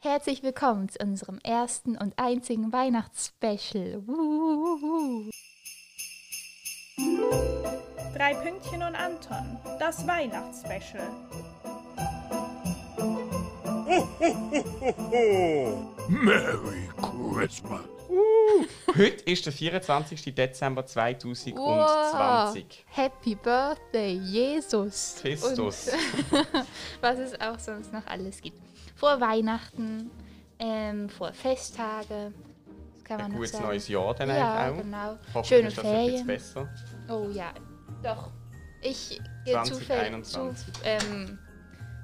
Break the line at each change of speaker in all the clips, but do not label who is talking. Herzlich willkommen zu unserem ersten und einzigen Weihnachtsspecial. Wuhuhuhu.
Drei Pünktchen und Anton, das Weihnachtsspecial.
Merry Christmas.
Heute ist der 24. Dezember 2020.
Happy Birthday, Jesus!
Christus.
Und was es auch sonst noch alles gibt. Vor Weihnachten, ähm, vor Festtage. Das kann man
Ein
noch
gutes
sagen.
neues Jahr dann
Ja,
eigentlich auch.
genau.
Hoffentlich
Schöne
ist das jetzt
Ferien.
besser.
Oh ja, doch. Ich gehe zufäll- zu,
2021.
ähm,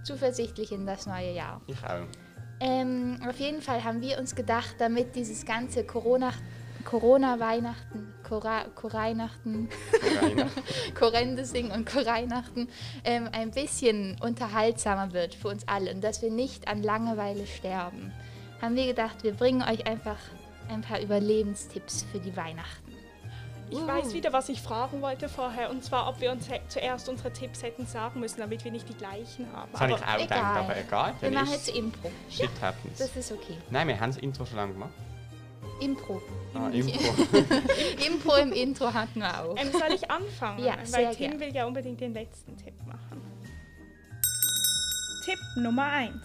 zuversichtlich in das neue Jahr.
Ich auch.
Ähm, auf jeden Fall haben wir uns gedacht, damit dieses ganze Corona, Corona-Weihnachten, Cora- Coreinachten,
Corona.
Korendesing und Coreinachten ähm, ein bisschen unterhaltsamer wird für uns alle und dass wir nicht an Langeweile sterben, haben wir gedacht, wir bringen euch einfach ein paar Überlebenstipps für die Weihnachten.
Ich weiß wieder, was ich fragen wollte vorher, und zwar, ob wir uns he- zuerst unsere Tipps hätten sagen müssen, damit wir nicht die gleichen haben.
Das habe ich
Aber
auch gedacht, aber egal.
wir
Dann
machen
ist
jetzt Impro.
Shit happens.
Das ist okay.
Nein, wir haben das Intro schon lange gemacht.
Impro.
Ah, Impro.
Impro im Intro hatten wir auch.
ähm, soll ich anfangen?
Ja,
Weil
sehr
Tim
gern.
will ja unbedingt den letzten Tipp machen. Tipp Nummer 1.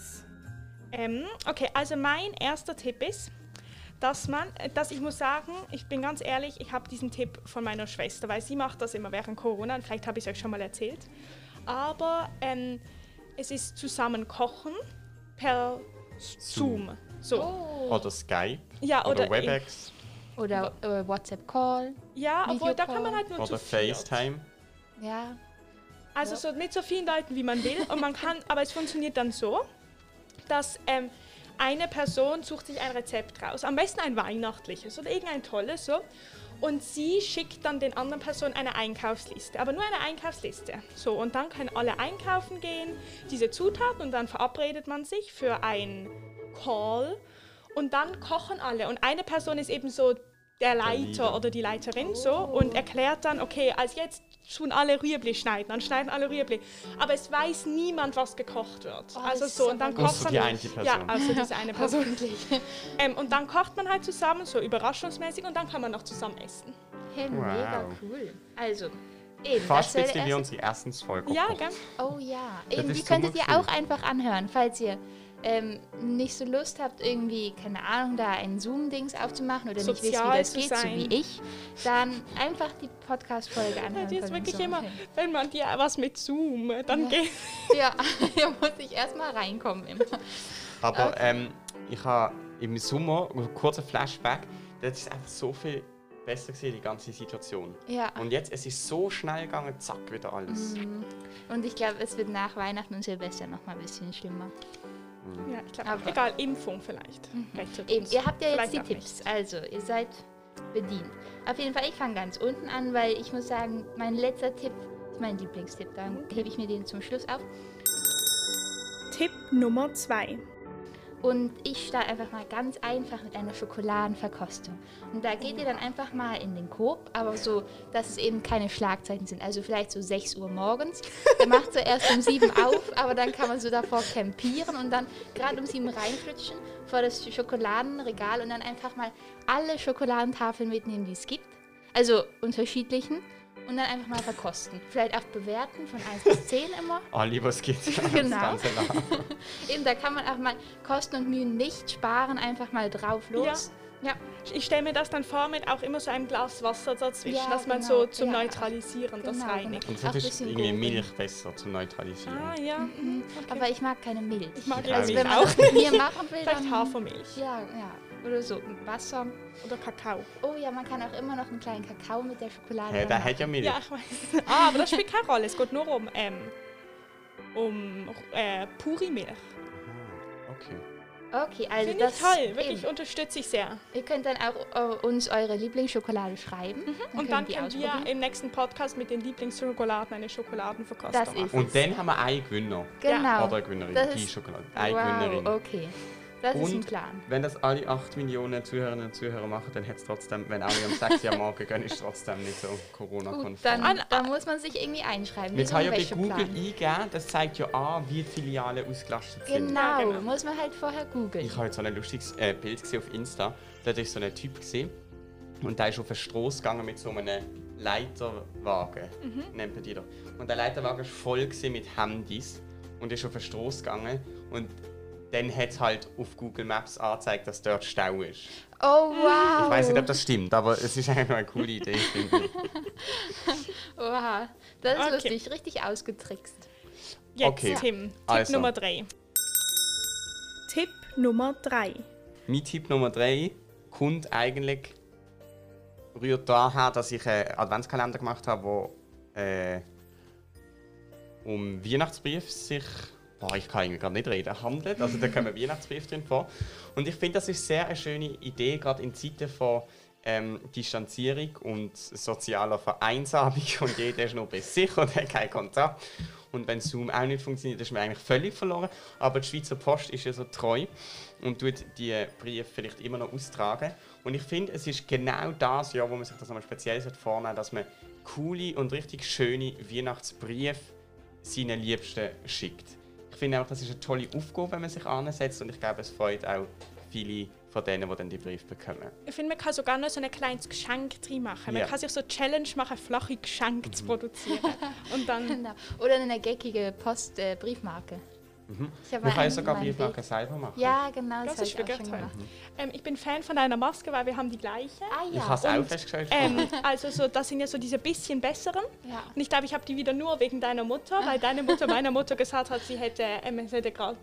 Ähm, okay, also mein erster Tipp ist, dass man, äh, dass ich muss sagen, ich bin ganz ehrlich, ich habe diesen Tipp von meiner Schwester, weil sie macht das immer während Corona und vielleicht habe ich es euch schon mal erzählt. Aber ähm, es ist zusammen kochen per Zoom. So.
Oh.
Oder Skype.
Ja,
Oder
oder
Webex.
Oder äh, WhatsApp-Call.
Ja, obwohl da kann man
Videocall.
halt nur
Oder
zu viert.
FaceTime.
Ja.
Also so mit so vielen Leuten, wie man will. Und man kann, aber es funktioniert dann so, dass ähm, eine Person sucht sich ein Rezept raus. Am besten ein weihnachtliches oder irgendein tolles so. Und sie schickt dann den anderen Personen eine Einkaufsliste, aber nur eine Einkaufsliste. So, und dann können alle einkaufen gehen, diese Zutaten, und dann verabredet man sich für einen Call. Und dann kochen alle. Und eine Person ist eben so der Leiter
Leader.
oder die Leiterin so und erklärt dann, okay, als jetzt tun alle Rüebli schneiden, dann schneiden alle Rüebli. Aber es weiß niemand, was gekocht wird.
Oh,
also
das ist
so,
aber
und dann
gut.
kocht
Außer
man...
die eine Person.
Ja, also diese eine Person.
Hoffentlich.
Ähm, und dann kocht man halt zusammen, so überraschungsmäßig, und dann kann man noch zusammen essen.
Hey, mega
Wow.
cool. Also, eben.
Fast
das wäre
jetzt wie
der
wir unsere Erstensfolge.
Ja,
gekocht.
gell?
Oh ja, eben,
ist
die
so
könntet ihr
cool.
auch einfach anhören, falls ihr ähm, nicht so Lust habt, irgendwie, keine Ahnung, da ein Zoom-Dings aufzumachen oder nicht wisst, wie
Sozial
das
zu
geht,
sein.
so wie ich, dann einfach die Podcast-Folge anhören.
Die ist
von
wirklich
uns.
immer, wenn man dir was mit Zoom, dann geht...
Ja, hier muss ich erstmal reinkommen. Immer.
Aber ähm, ich habe im Sommer, also kurzer Flashback, das ist es einfach so viel besser gewesen, die ganze Situation.
Ja, Mhm.
Und jetzt, es ist so schnell gegangen, zack, wieder alles.
und ich glaube, es wird nach Weihnachten und Silvester nochmal ein bisschen schlimmer.
Ja, ich glaube,
Aber- Mhm.
egal, Impfung vielleicht. Rettet
Eben,
uns.
ihr habt ja jetzt
Vielleicht
die
auch
Tipps, also ihr seid bedient. Auf jeden Fall, ich fange ganz unten an, weil ich muss sagen, mein letzter Tipp ist mein Lieblingstipp. Dann hebe ich mir den zum Schluss auf.
nicht. Tipp Nummer 2.
Und ich starte einfach mal ganz einfach mit einer Schokoladenverkostung. Und da geht ihr dann einfach mal in den Korb, aber so, dass es eben keine Schlagzeiten sind. Also vielleicht so 6 Uhr morgens. Ihr macht so erst um 7 auf, aber dann kann man so davor campieren und dann gerade um 7 reinflutschen vor das Schokoladenregal und dann einfach mal alle Schokoladentafeln mitnehmen, die es gibt. Also unterschiedlichen. Und dann einfach mal verkosten. Vielleicht auch bewerten von 1 bis 10 immer.
Alle, was geht,
Genau.
das ganze Land.
Eben, da kann man auch mal Kosten und Mühen nicht sparen, einfach mal drauf los. Ja.
Ich stelle mir das dann vor mit auch immer so einem Glas Wasser dazwischen,
Ja,
dass man
genau.
so zum
Ja.
Neutralisieren das
Genau,
reinigt.
Und
Auch
sonst ist
bisschen
irgendwie
Gurken.
Milch besser zum Neutralisieren.
Ah ja, mhm.
Aber ich mag keine Milch.
ich mag
Ja,
ja,
also,
also
Milch
wenn man
auch.
das mit mir machen will,
Vielleicht
dann...
Hafermilch
Ja, ja. Oder so Wasser.
oder Kakao.
Oh ja, man kann auch immer noch einen kleinen Kakao mit der Schokolade
Hä, da
machen.
hat ja Milch.
Ja, ich weiß. Ah, aber das spielt keine Rolle. Es geht nur um, ähm, um äh, Puri-Milch.
Okay.
Okay, also
Finde
das...
ich toll. Wirklich
eben.
unterstütze ich sehr.
Ihr könnt dann auch äh, uns eure Lieblingsschokolade schreiben. Dann
Mhm. Und dann
die
können wir
ausprobieren.
im nächsten Podcast mit den Lieblingsschokoladen eine Schokoladenverkostung
Das ist-
machen.
Und dann haben wir einen Gewinner.
Genau.
Oder eine Gewinnerin.
Das
Die
ist-
Schokolade. Eine
Wow,
Gewinnerin.
okay. Das ist ein
Und
Plan.
wenn das alle 8 Millionen Zuhörerinnen und Zuhörer machen, dann hat es trotzdem, wenn alle am 6 Uhr morgen gehen, ist es trotzdem nicht so
Gut,
Corona-konform.
dann, dann muss man sich irgendwie einschreiben.
Man
wie so ein
kann ja bei Google
Wäscheplan.
eingeben, das zeigt ja an, wie die Filialen ausgelastet sind.
Genau,
genau.
muss man halt vorher googeln.
Ich habe jetzt so ein lustiges äh, Bild gesehen auf Insta. Da hatte ich so einen Typ gesehen. Und der ist auf den Strasse gegangen mit so einem Leiterwagen. Nennt man die da. Und der Leiterwagen war voll gewesen mit Handys. Und ist auf den Strasse gegangen. Und dann hat es halt auf Google Maps angezeigt, dass dort Stau ist.
Oh wow!
Ich weiß nicht, ob das stimmt, aber es ist eigentlich noch eine coole Idee. finde ich.
Oha, das ist
Okay.
lustig, richtig ausgetrickst.
Jetzt,
Okay.
Tim. Tipp
Also.
Nummer 3. Tipp Nummer 3.
mein Tipp Nummer 3 kommt eigentlich rührt daher, dass ich einen Adventskalender gemacht habe, wo äh, um Weihnachtsbrief sich boah, ich kann irgendwie gerade nicht reden, handelt. Also da kommen Weihnachtsbrief drin vor. Und ich finde, das ist sehr eine schöne Idee, gerade in Zeiten von ähm, Distanzierung und sozialer Vereinsamung und jeder ist nur bei sich und hat keinen Kontakt. Und wenn Zoom auch nicht funktioniert, ist man eigentlich völlig verloren. Aber die Schweizer Post ist ja so treu und tut die Briefe vielleicht immer noch austragen. Und ich finde, es ist genau das Jahr, wo man sich das nochmal speziell sollte vornehmen dass man coole und richtig schöne Weihnachtsbriefe seinen Liebsten schickt. Ich finde auch, das ist eine tolle Aufgabe, wenn man sich ansetzt und ich glaube, es freut auch viele von denen, die dann die Briefe bekommen.
Ich finde, man kann sogar noch so ein kleines Geschenk drin machen.
Ja.
Man kann sich so Challenge machen, flache Geschenke
Mhm.
zu produzieren. Und dann
Genau. Oder eine geckige Post, äh, Briefmarke. Ich hab
Man kann ja
einen-
Mhm. sogar
meinen
Briefmarken
Weg- selber
selber machen.
Ja, genau, das,
Das
habe
ist
ich auch
wirklich
schon
toll.
gemacht.
Ähm, ich bin Fan von deiner Maske, weil wir haben die gleiche.
Ah
Ich
ja,
habe es auch
und,
festgestellt.
Ähm, also so, das sind ja so diese bisschen besseren.
Ja.
Und ich glaube, ich habe die wieder nur wegen deiner
Ah.
Mutter, weil deine Mutter meiner Mutter gesagt hat, sie hätte, ähm, es hätte gerade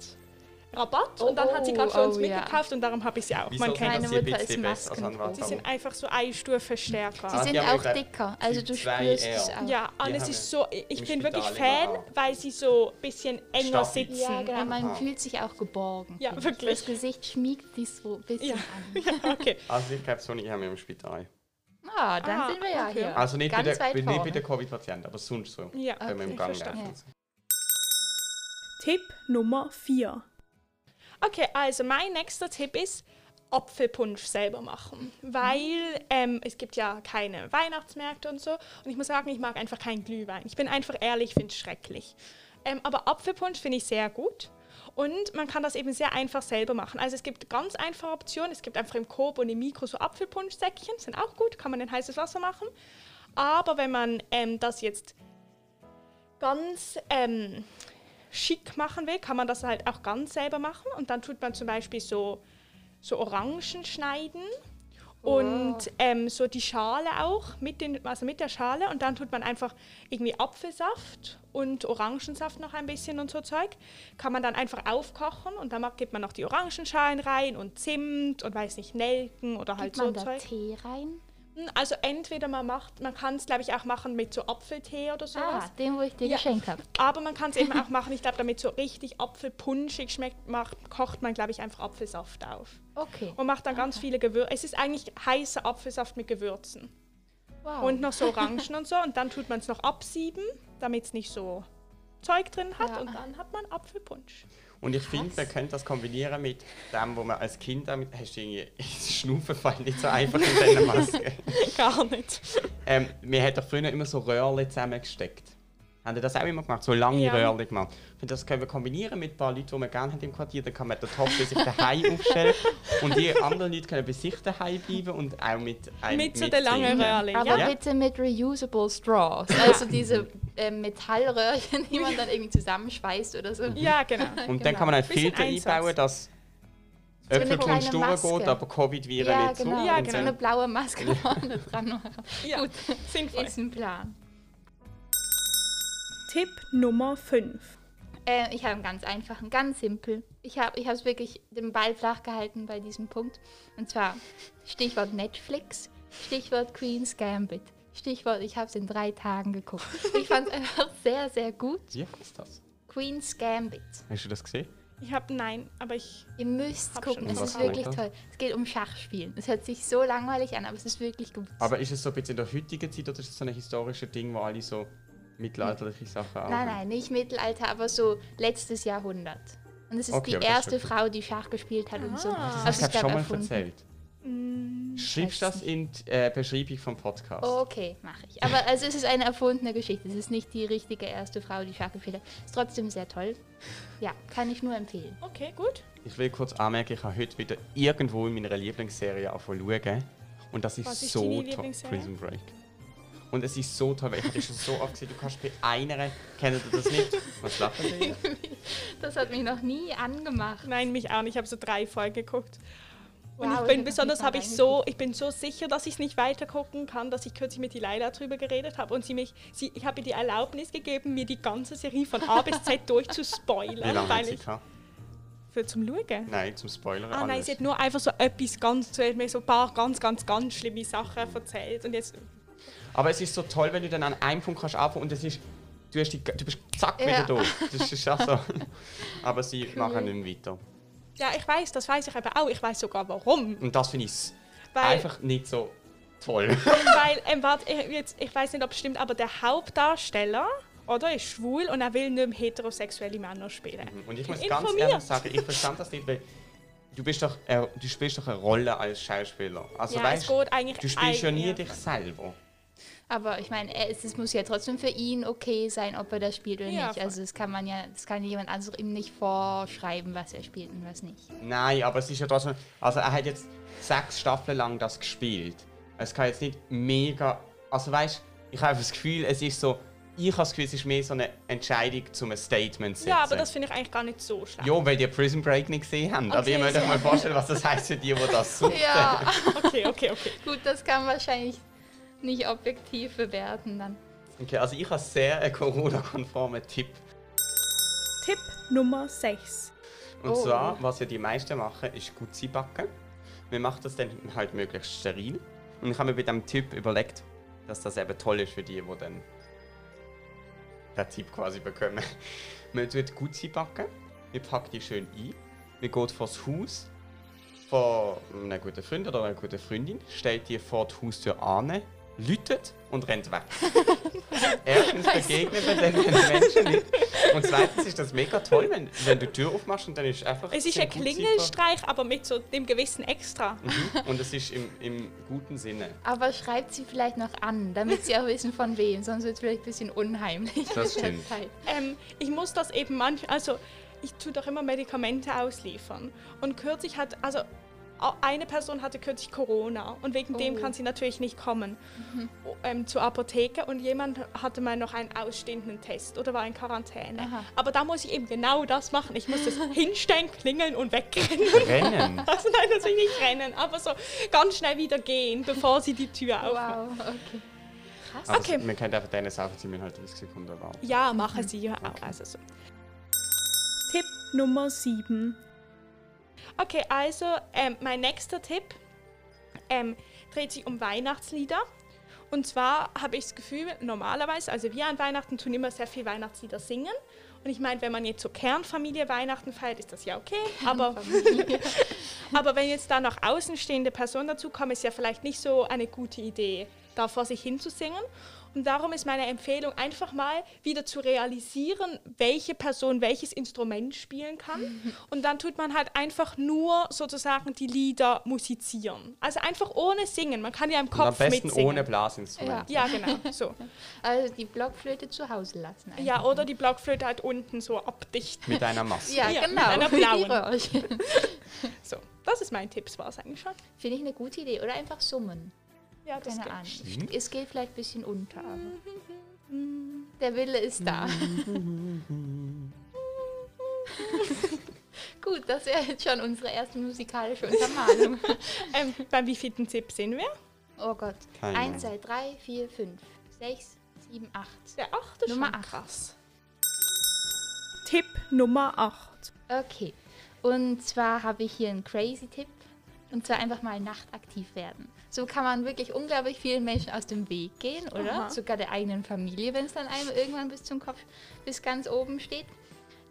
Rabatt
Oh,
und dann hat sie gerade für
oh,
uns
ja.
mitgekauft und darum habe ich sie auch.
Wieso
Man
sind
kennt
Meine
das hier ein
Mutter ist
bisschen besser als
Maskenprofi.
andere?
sie sind einfach so eine Stufe stärker.
die
Ah,
sind
die haben
auch
ja gesagt,
dicker, also
Typ
du
2
spürst es
eher.
auch.
Ja,
Die
und es
haben
ist so, ich ich
im
bin
Spital
wirklich
immer
Fan,
auch.
weil sie so ein bisschen enger
Stabil.
sitzen.
Ja, genau, man
Aha.
fühlt sich auch geborgen.
Ja,
finde ich.
wirklich.
Das Gesicht schmiegt sich so ein bisschen
Ja.
an.
Ja, okay.
Also ich glaube, so nicht haben wir im Spital.
Ah, dann
Ah,
sind wir ja
okay.
hier.
Also nicht bei,
Ganz
der,
weit
bei- nicht bei
vorne.
den Covid-Patienten, aber sonst so.
Ja,
Wenn wir im
okay,
Gang
verstanden.
laufen.
Tipp Nummer 4.
Okay, also mein nächster Tipp ist, Apfelpunsch selber machen. Weil ähm, es gibt ja keine Weihnachtsmärkte und so. Und ich muss sagen, ich mag einfach keinen Glühwein. Ich bin einfach ehrlich, ich finde es schrecklich. Ähm, aber Apfelpunsch finde ich sehr gut. Und man kann das eben sehr einfach selber machen. Also es gibt ganz einfache Optionen. Es gibt einfach im Korb und im Mikro so Apfelpunschsäckchen, sind auch gut, kann man in heißes Wasser machen. Aber wenn man ähm, das jetzt ganz ähm, schick machen will, kann man das halt auch ganz selber machen. Und dann tut man zum Beispiel so, so Orangen schneiden und
Ah.
ähm, so die Schale auch, mit den, also mit der Schale. Und dann tut man einfach irgendwie Apfelsaft und Orangensaft noch ein bisschen und so Zeug. Kann man dann einfach aufkochen und dann macht- gibt man noch die Orangenschalen rein und Zimt und weiß nicht, Nelken oder halt
Gibt man
so
da
Zeug.
Tee rein?
Also entweder man macht, man kann es glaube ich auch machen mit so Apfeltee oder sowas.
Ah, den, wo ich dir
Ja.
geschenkt habe.
Aber man kann es eben auch machen, ich glaube, damit so richtig apfelpunschig schmeckt, macht, kocht man, glaube ich, einfach Apfelsaft auf.
Okay,
Und macht dann
Ah.
ganz viele Gewürze. Es ist eigentlich heißer Apfelsaft mit Gewürzen.
wow.
Und noch so Orangen und so. Und dann tut man es noch absieben, damit es nicht so Zeug drin hat.
Ja.
Und dann hat man Apfelpunsch.
Und ich finde, man könnte das kombinieren mit dem, wo man als Kind damit... Hast du irgendwie... Schnaufen fallen nicht so einfach in diesen Maske.
Gar nicht.
Ähm, wir haben doch früher immer so Röhrchen zusammengesteckt. Haben ihr das auch immer gemacht? So lange
Ja.
Röhrchen gemacht. Ich finde, das können wir kombinieren mit ein paar Leuten, die wir gerne haben im Quartier. Dann kann man den Topf bei sich daheim aufstellen. Und die anderen Leute können bei sich daheim bleiben und auch mit einem
Mit so der langen
mittrinken.
Röhrli.
Aber
Ja.
bitte mit reusable straws, also diese äh, Metallröhrchen, die man dann irgendwie zusammenschweißt oder so.
Ja, genau.
Und dann kann man einen
Bisschen
Filter
Einsatz.
einbauen, dass
eine
Öffelkunst
kleine Maske.
durchgeht, aber Covid-Viren
Ja,
nicht
genau.
zu.
Ja,
Und
Und so
dann-
eine blaue Maske vorne dran machen.
Ja,
Gut,
sinnvoll.
ist ein Plan.
Tipp Nummer 5.
Äh, ich habe einen ganz einfachen, ganz simpel. Ich habe ich es wirklich den Ball flach gehalten bei diesem Punkt. Und zwar Stichwort Netflix, Stichwort Queen's Gambit, Stichwort ich habe es in drei Tagen geguckt. Ich fand es einfach sehr, sehr gut.
Wie heißt das?
Queen's Gambit.
Hast du das gesehen?
Ich habe nein, aber ich.
Ihr müsst
Hab
gucken,
schon
es
was
ist wirklich
gehört.
toll. Es geht um Schachspielen. Es hört sich so langweilig an, aber es ist wirklich gut.
Aber ist es so ein bisschen in der heutigen Zeit oder ist es so ein historisches Ding, wo alle so mittelalterliche Sachen
nein, nein, nicht Mittelalter, aber so letztes Jahrhundert. Und es ist
Okay,
die
aber das ist
erste
schon
Frau, die Schach gespielt hat und so.
Das
Also
habe ich schon mal
erfunden.
erzählt.
Mm,
Schreibst du
weiß
das in die äh, Beschreibung vom Podcast?
Okay, mache ich. Aber also es ist eine erfundene Geschichte. Es ist nicht die richtige erste Frau, die Schach gespielt hat. Ist trotzdem sehr toll. Ja, kann ich nur empfehlen.
Okay, gut.
Ich will kurz anmerken, ich habe heute wieder irgendwo in meiner Lieblingsserie angefangen zu schauen. Und das ist
Was ist
so
deine
toll.
Lieblingsserie?
Prison Break. Und es ist so toll, weil ich habe schon so oft gesehen, du kannst bei einer, kennt ihr das nicht? Was lacht ihr denn?
Das hat mich noch nie angemacht.
Nein, mich auch nicht. Ich habe so drei Folgen geguckt. Und
Wow,
ich
ich hab
bin
noch
besonders
nicht mal
habe ich so, ich bin so sicher, dass ich es nicht weiter gucken kann, dass ich kürzlich mit die Leila drüber geredet habe und sie mich, sie, ich habe ihr die Erlaubnis gegeben, mir die ganze Serie von A bis Z
Wie
durchzuspoilern,
lange hat
weil
sie
ich
gehabt?
für zum Schauen.
Nein, zum Spoilern.
Ah nein,
alles.
sie hat nur einfach so etwas ganz, sie hat mir so ein paar ganz, ganz, ganz schlimme Sachen erzählt und jetzt
Aber es ist so toll, wenn du dann an einem Punkt kannst anfangen und es ist, du, hast die, du bist zack wieder
Ja.
da. Das ist auch so. Aber sie machen nicht mehr weiter.
Ja, ich weiß, das weiß ich eben auch. Ich weiß sogar warum.
Und das finde ich
Weil,
einfach nicht so toll.
weil ähm, warte, ich, jetzt, ich weiß nicht, ob es stimmt, aber der Hauptdarsteller, oder, ist schwul und er will nicht mehr heterosexuelle Männer spielen.
Mhm. Und ich muss ganz
Informiert.
ehrlich sagen, ich verstand das nicht, weil du bist doch, äh, du spielst doch eine Rolle als Schauspieler. Also
ja,
weißt,
es geht eigentlich
du spielst ja nie
eigentlich-
dich selber.
Aber ich meine, es, es muss ja trotzdem für ihn okay sein, ob er das spielt oder
Ja,
nicht.
voll.
Also das kann man ja, das kann jemand anderes ihm nicht vorschreiben, was er spielt und was nicht.
Nein, aber es ist ja trotzdem, also er hat jetzt sechs Staffeln lang das gespielt. Es kann jetzt nicht mega, also weißt, ich habe das Gefühl, es ist so, ich habe das Gefühl, es ist mehr so eine Entscheidung zum ein Statement zu setzen.
Ja, aber das finde ich eigentlich gar nicht so schlecht.
Jo, weil die Prison Break nicht gesehen haben. Aber ihr
Okay.
müsst euch mal vorstellen, was das heißt für die, die das suchen.
Ja,
Okay, okay, okay.
gut, das kann man wahrscheinlich nicht objektiv bewerten dann.
Okay, also ich habe sehr einen Corona-konformen Tipp.
Tipp Nummer 6.
Und
Oh.
zwar, was ja die meisten machen, ist Gutzi backen. Wir machen das dann halt möglichst steril. Und ich habe mir bei diesem Tipp überlegt, dass das eben toll ist für die, die dann den Tipp quasi bekommen. Man tut Gutzi backen, wir packen die schön ein, wir gehen vor das Haus von einem guten Freund oder einer guten Freundin, stellt die vor die Haustür an, läutet und rennt weg. Erstens begegnet man dann den Menschen nicht. Und zweitens ist das mega toll, wenn, wenn du die Tür aufmachst und dann ist einfach.
Es ist
sind
ein
Gutzi
Klingelstreich, aber mit so dem gewissen Extra.
Mhm. Und es ist im, im guten Sinne.
Aber schreibt sie vielleicht noch an, damit sie auch wissen, von wem. Sonst wird es vielleicht ein bisschen unheimlich.
Das
mit der
stimmt.
Zeit.
Ähm, ich muss das eben manchmal, also ich tue doch immer Medikamente ausliefern. Und kürzlich hat, also a- eine Person hatte kürzlich Corona und wegen dem
Oh. Mhm.
kann sie natürlich nicht kommen o- ähm, zur Apotheke und jemand hatte mal noch einen ausstehenden Test oder war in Quarantäne.
Aha.
Aber da muss ich eben genau das machen. Ich muss das hinstellen, klingeln und wegrennen.
Rennen?
Also nein, natürlich nicht rennen, aber so ganz schnell wieder gehen, bevor sie die Tür aufmacht.
Wow, okay.
Aber
Okay.
okay. Man könnte einfach deine Sache ziehen, wenn halt 30 Sekunden war.
Ja, machen sie ja auch. Also so.
Tipp Nummer 7.
Okay, also ähm, mein nächster Tipp ähm, dreht sich um Weihnachtslieder. Und zwar habe ich das Gefühl, normalerweise, also wir an Weihnachten tun immer sehr viel Weihnachtslieder singen. Und ich meine, wenn man jetzt so Kernfamilie Weihnachten feiert, ist das ja okay. Aber, aber wenn jetzt da noch außenstehende Personen dazu kommen, ist ja vielleicht nicht so eine gute Idee, da vor sich hinzusingen. Und darum ist meine Empfehlung, einfach mal wieder zu realisieren, welche Person welches Instrument spielen kann. Und dann tut man halt einfach nur sozusagen die Lieder musizieren. Also einfach ohne singen. Man kann ja im
Und am
Kopf
besten
mitsingen.
ohne Blasinstrument.
Ja, genau. So.
Also die Blockflöte zu Hause lassen. Einfach.
Ja, oder die Blockflöte halt unten so abdichten.
Mit einer Maske.
Ja,
Ja,
genau.
mit einer blauen.
Die Röhre. Finde
So. Das ist mein Tipp, war es eigentlich schon.
ich eine gute Idee. Oder einfach summen.
Ja, das
Keine
geht.
Ahnung. Es geht vielleicht ein bisschen unter, aber. Der Wille ist da. Gut, das wäre jetzt schon unsere erste musikalische Untermalung.
Ähm, beim wievielten Tipp sind wir?
Oh Gott.
Keine
Eins,
Ahnung.
zwei, drei, vier, fünf, sechs, sieben, acht.
Der achte
Nummer
schon.
acht.
Krass.
Tipp Nummer 8.
Okay. Und zwar habe ich hier einen crazy Tipp. Und zwar einfach mal nachtaktiv werden. So kann man wirklich unglaublich vielen Menschen aus dem Weg gehen, oder? Sogar der eigenen Familie, wenn es dann einem irgendwann bis zum Kopf, bis ganz oben steht.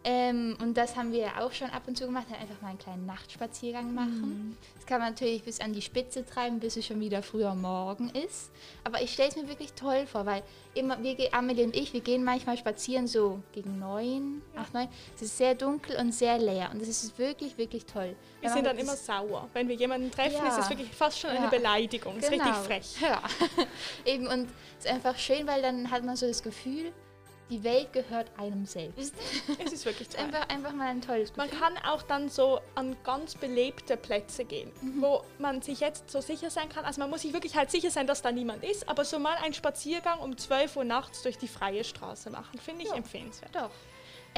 Ähm, und das haben wir ja auch schon ab und zu gemacht, dann einfach mal einen kleinen Nachtspaziergang machen.
Mhm.
Das kann man natürlich bis an die Spitze treiben, bis es schon wieder früher Morgen ist. Aber ich stelle es mir wirklich toll vor, weil immer, wir, ge- Amelie und ich, wir gehen manchmal spazieren so gegen neun, acht, neun. Es ist sehr dunkel und sehr leer und es ist wirklich, wirklich toll.
Wir
Wenn man
sind dann
mit-
immer sauer. Wenn wir jemanden treffen,
Genau, Ja.
ist es wirklich fast schon eine
Ja.
Beleidigung. Ist richtig frech.
genau. Ja, eben und es ist einfach schön, weil dann hat man so das Gefühl, die Welt gehört einem selbst.
Mhm. Es ist wirklich toll.
Einfach, einfach mal ein tolles Gefühl.
Man kann auch dann so an ganz belebte Plätze gehen, wo man sich jetzt so sicher sein kann. Also man muss sich wirklich halt sicher sein, dass da niemand ist, aber so mal einen Spaziergang um 12 Uhr nachts durch die freie Straße machen, finde ich empfehlenswert.
Doch.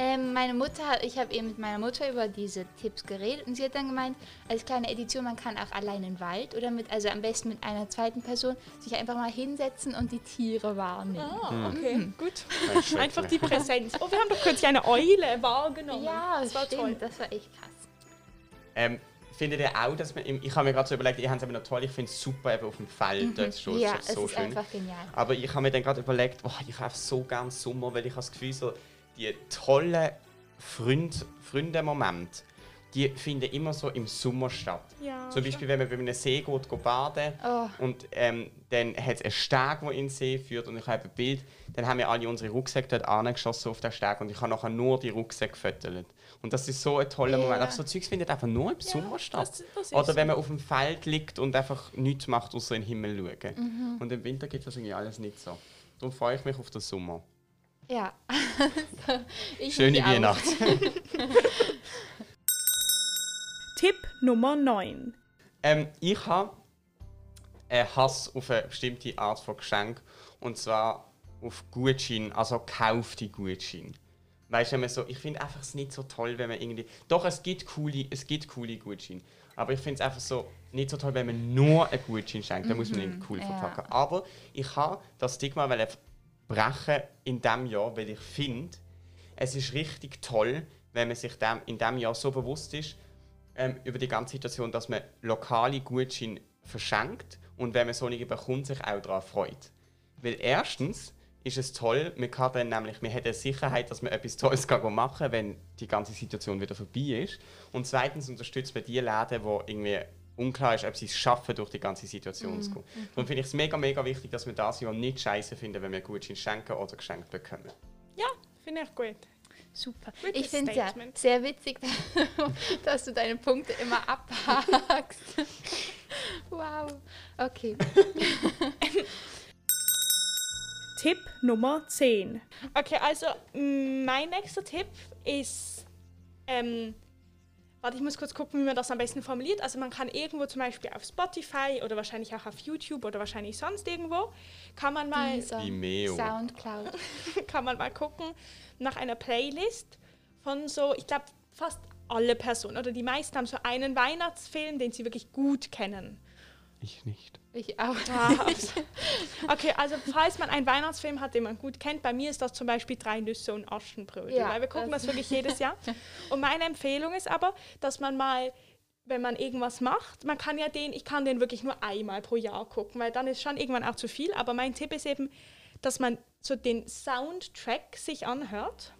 Ähm, meine Mutter, hat- ich habe eben mit meiner Mutter über diese Tipps geredet und sie hat dann gemeint, als kleine Edition, man kann auch allein im Wald oder mit, also am besten mit einer zweiten Person, sich einfach mal hinsetzen und die Tiere wahrnehmen.
Ah, okay, gut.
Ein Schöpfle.
Einfach die Präsenz. Oh, wir haben doch kürzlich eine Eule wahrgenommen.
Ja,
das war
stimmt,
toll.
das war echt krass.
Ähm, findet ihr auch, dass man. im- Ich habe mir gerade so überlegt, ihr habt es eben noch toll, ich finde es super, eben auf dem Feld dort zu stoßen.
Mhm. ja,
das ist so
es ist
schön.
einfach genial.
Aber ich habe mir dann gerade überlegt, oh, ich habe so gern Sommer, weil ich habe das Gefühl, so die tollen Freund, Freunde-Momente, die finden immer so im Sommer statt.
Ja,
Zum Beispiel, wenn man bei einem See geht, geht baden
Oh.
und ähm, dann hat es einen Steg, der in den See führt und ich habe ein Bild, dann haben wir alle unsere Rucksäcke dort angeschossen auf den Steg und ich habe nachher nur die Rucksäcke gefüttert. Und das ist so ein
Ja.
toller Moment. Aber so Zeugs findet einfach nur im Sommer statt.
das- das ist
Oder wenn man auf dem Feld liegt und einfach nichts macht, außer in den Himmel schauen.
Mhm.
Und im Winter gibt das irgendwie alles nicht so. Darum freue ich mich auf den Sommer.
Ja. Ich
Schöne
mich auch.
Weihnacht.
Tipp Nummer 9.
Ähm, ich habe einen Hass auf eine bestimmte Art von Geschenk. Und zwar auf Gutschein, also kaufte Gutschein. Weißt du, wenn man so, ich finde einfach es nicht so toll, wenn man irgendwie. Doch, es gibt coole, es gibt coole Gutscheine. Aber ich finde es einfach so nicht so toll, wenn man nur einen Gutschein schenkt. Da muss man ihn cool
ja.
verpacken. Aber ich habe das Stigma wollen brechen in diesem Jahr, weil ich finde, es ist richtig toll, wenn man sich dem, in diesem Jahr so bewusst ist, ähm, über die ganze Situation, dass man lokale Gutscheine verschenkt und wenn man so eine bekommt, sich auch daran freut. Weil erstens ist es toll, man kann dann nämlich, man hat eine Sicherheit, dass man etwas Tolles kann machen kann, wenn die ganze Situation wieder vorbei ist. Und zweitens unterstützt man die Läden, wo irgendwie unklar ist, ob sie es schaffen, durch die ganze Situation zu kommen. Darum finde ich es mega, mega wichtig, dass wir das Jahr nicht scheiße finden, wenn wir Gutscheine schenken oder geschenkt bekommen.
Ja, finde ich gut.
Super.
Gutes
Ich finde es ja
Statement.
sehr witzig, dass du deine Punkte immer abhakst. wow. Okay.
Tipp Nummer 10.
Okay, also mm, mein nächster Tipp ist, ähm, warte, ich muss kurz gucken, wie man das am besten formuliert. Also man kann irgendwo zum Beispiel auf Spotify oder wahrscheinlich auch auf YouTube oder wahrscheinlich sonst irgendwo, kann man
Mhm.
mal,
Dieser
Vimeo.
Soundcloud.
kann man mal gucken nach einer Playlist von so, ich glaube, fast alle Personen oder die meisten haben so einen Weihnachtsfilm, den sie wirklich gut kennen.
Ich nicht.
Ich auch.
Okay, also falls man einen Weihnachtsfilm hat, den man gut kennt, bei mir ist das zum Beispiel Drei Nüsse und Aschenbrödel,
Ja,
weil wir gucken
das-
das wirklich jedes Jahr. Und meine Empfehlung ist aber, dass man mal, wenn man irgendwas macht, man kann ja den, ich kann den wirklich nur einmal pro Jahr gucken, weil dann ist schon irgendwann auch zu viel. Aber mein Tipp ist eben, dass man so den Soundtrack sich anhört.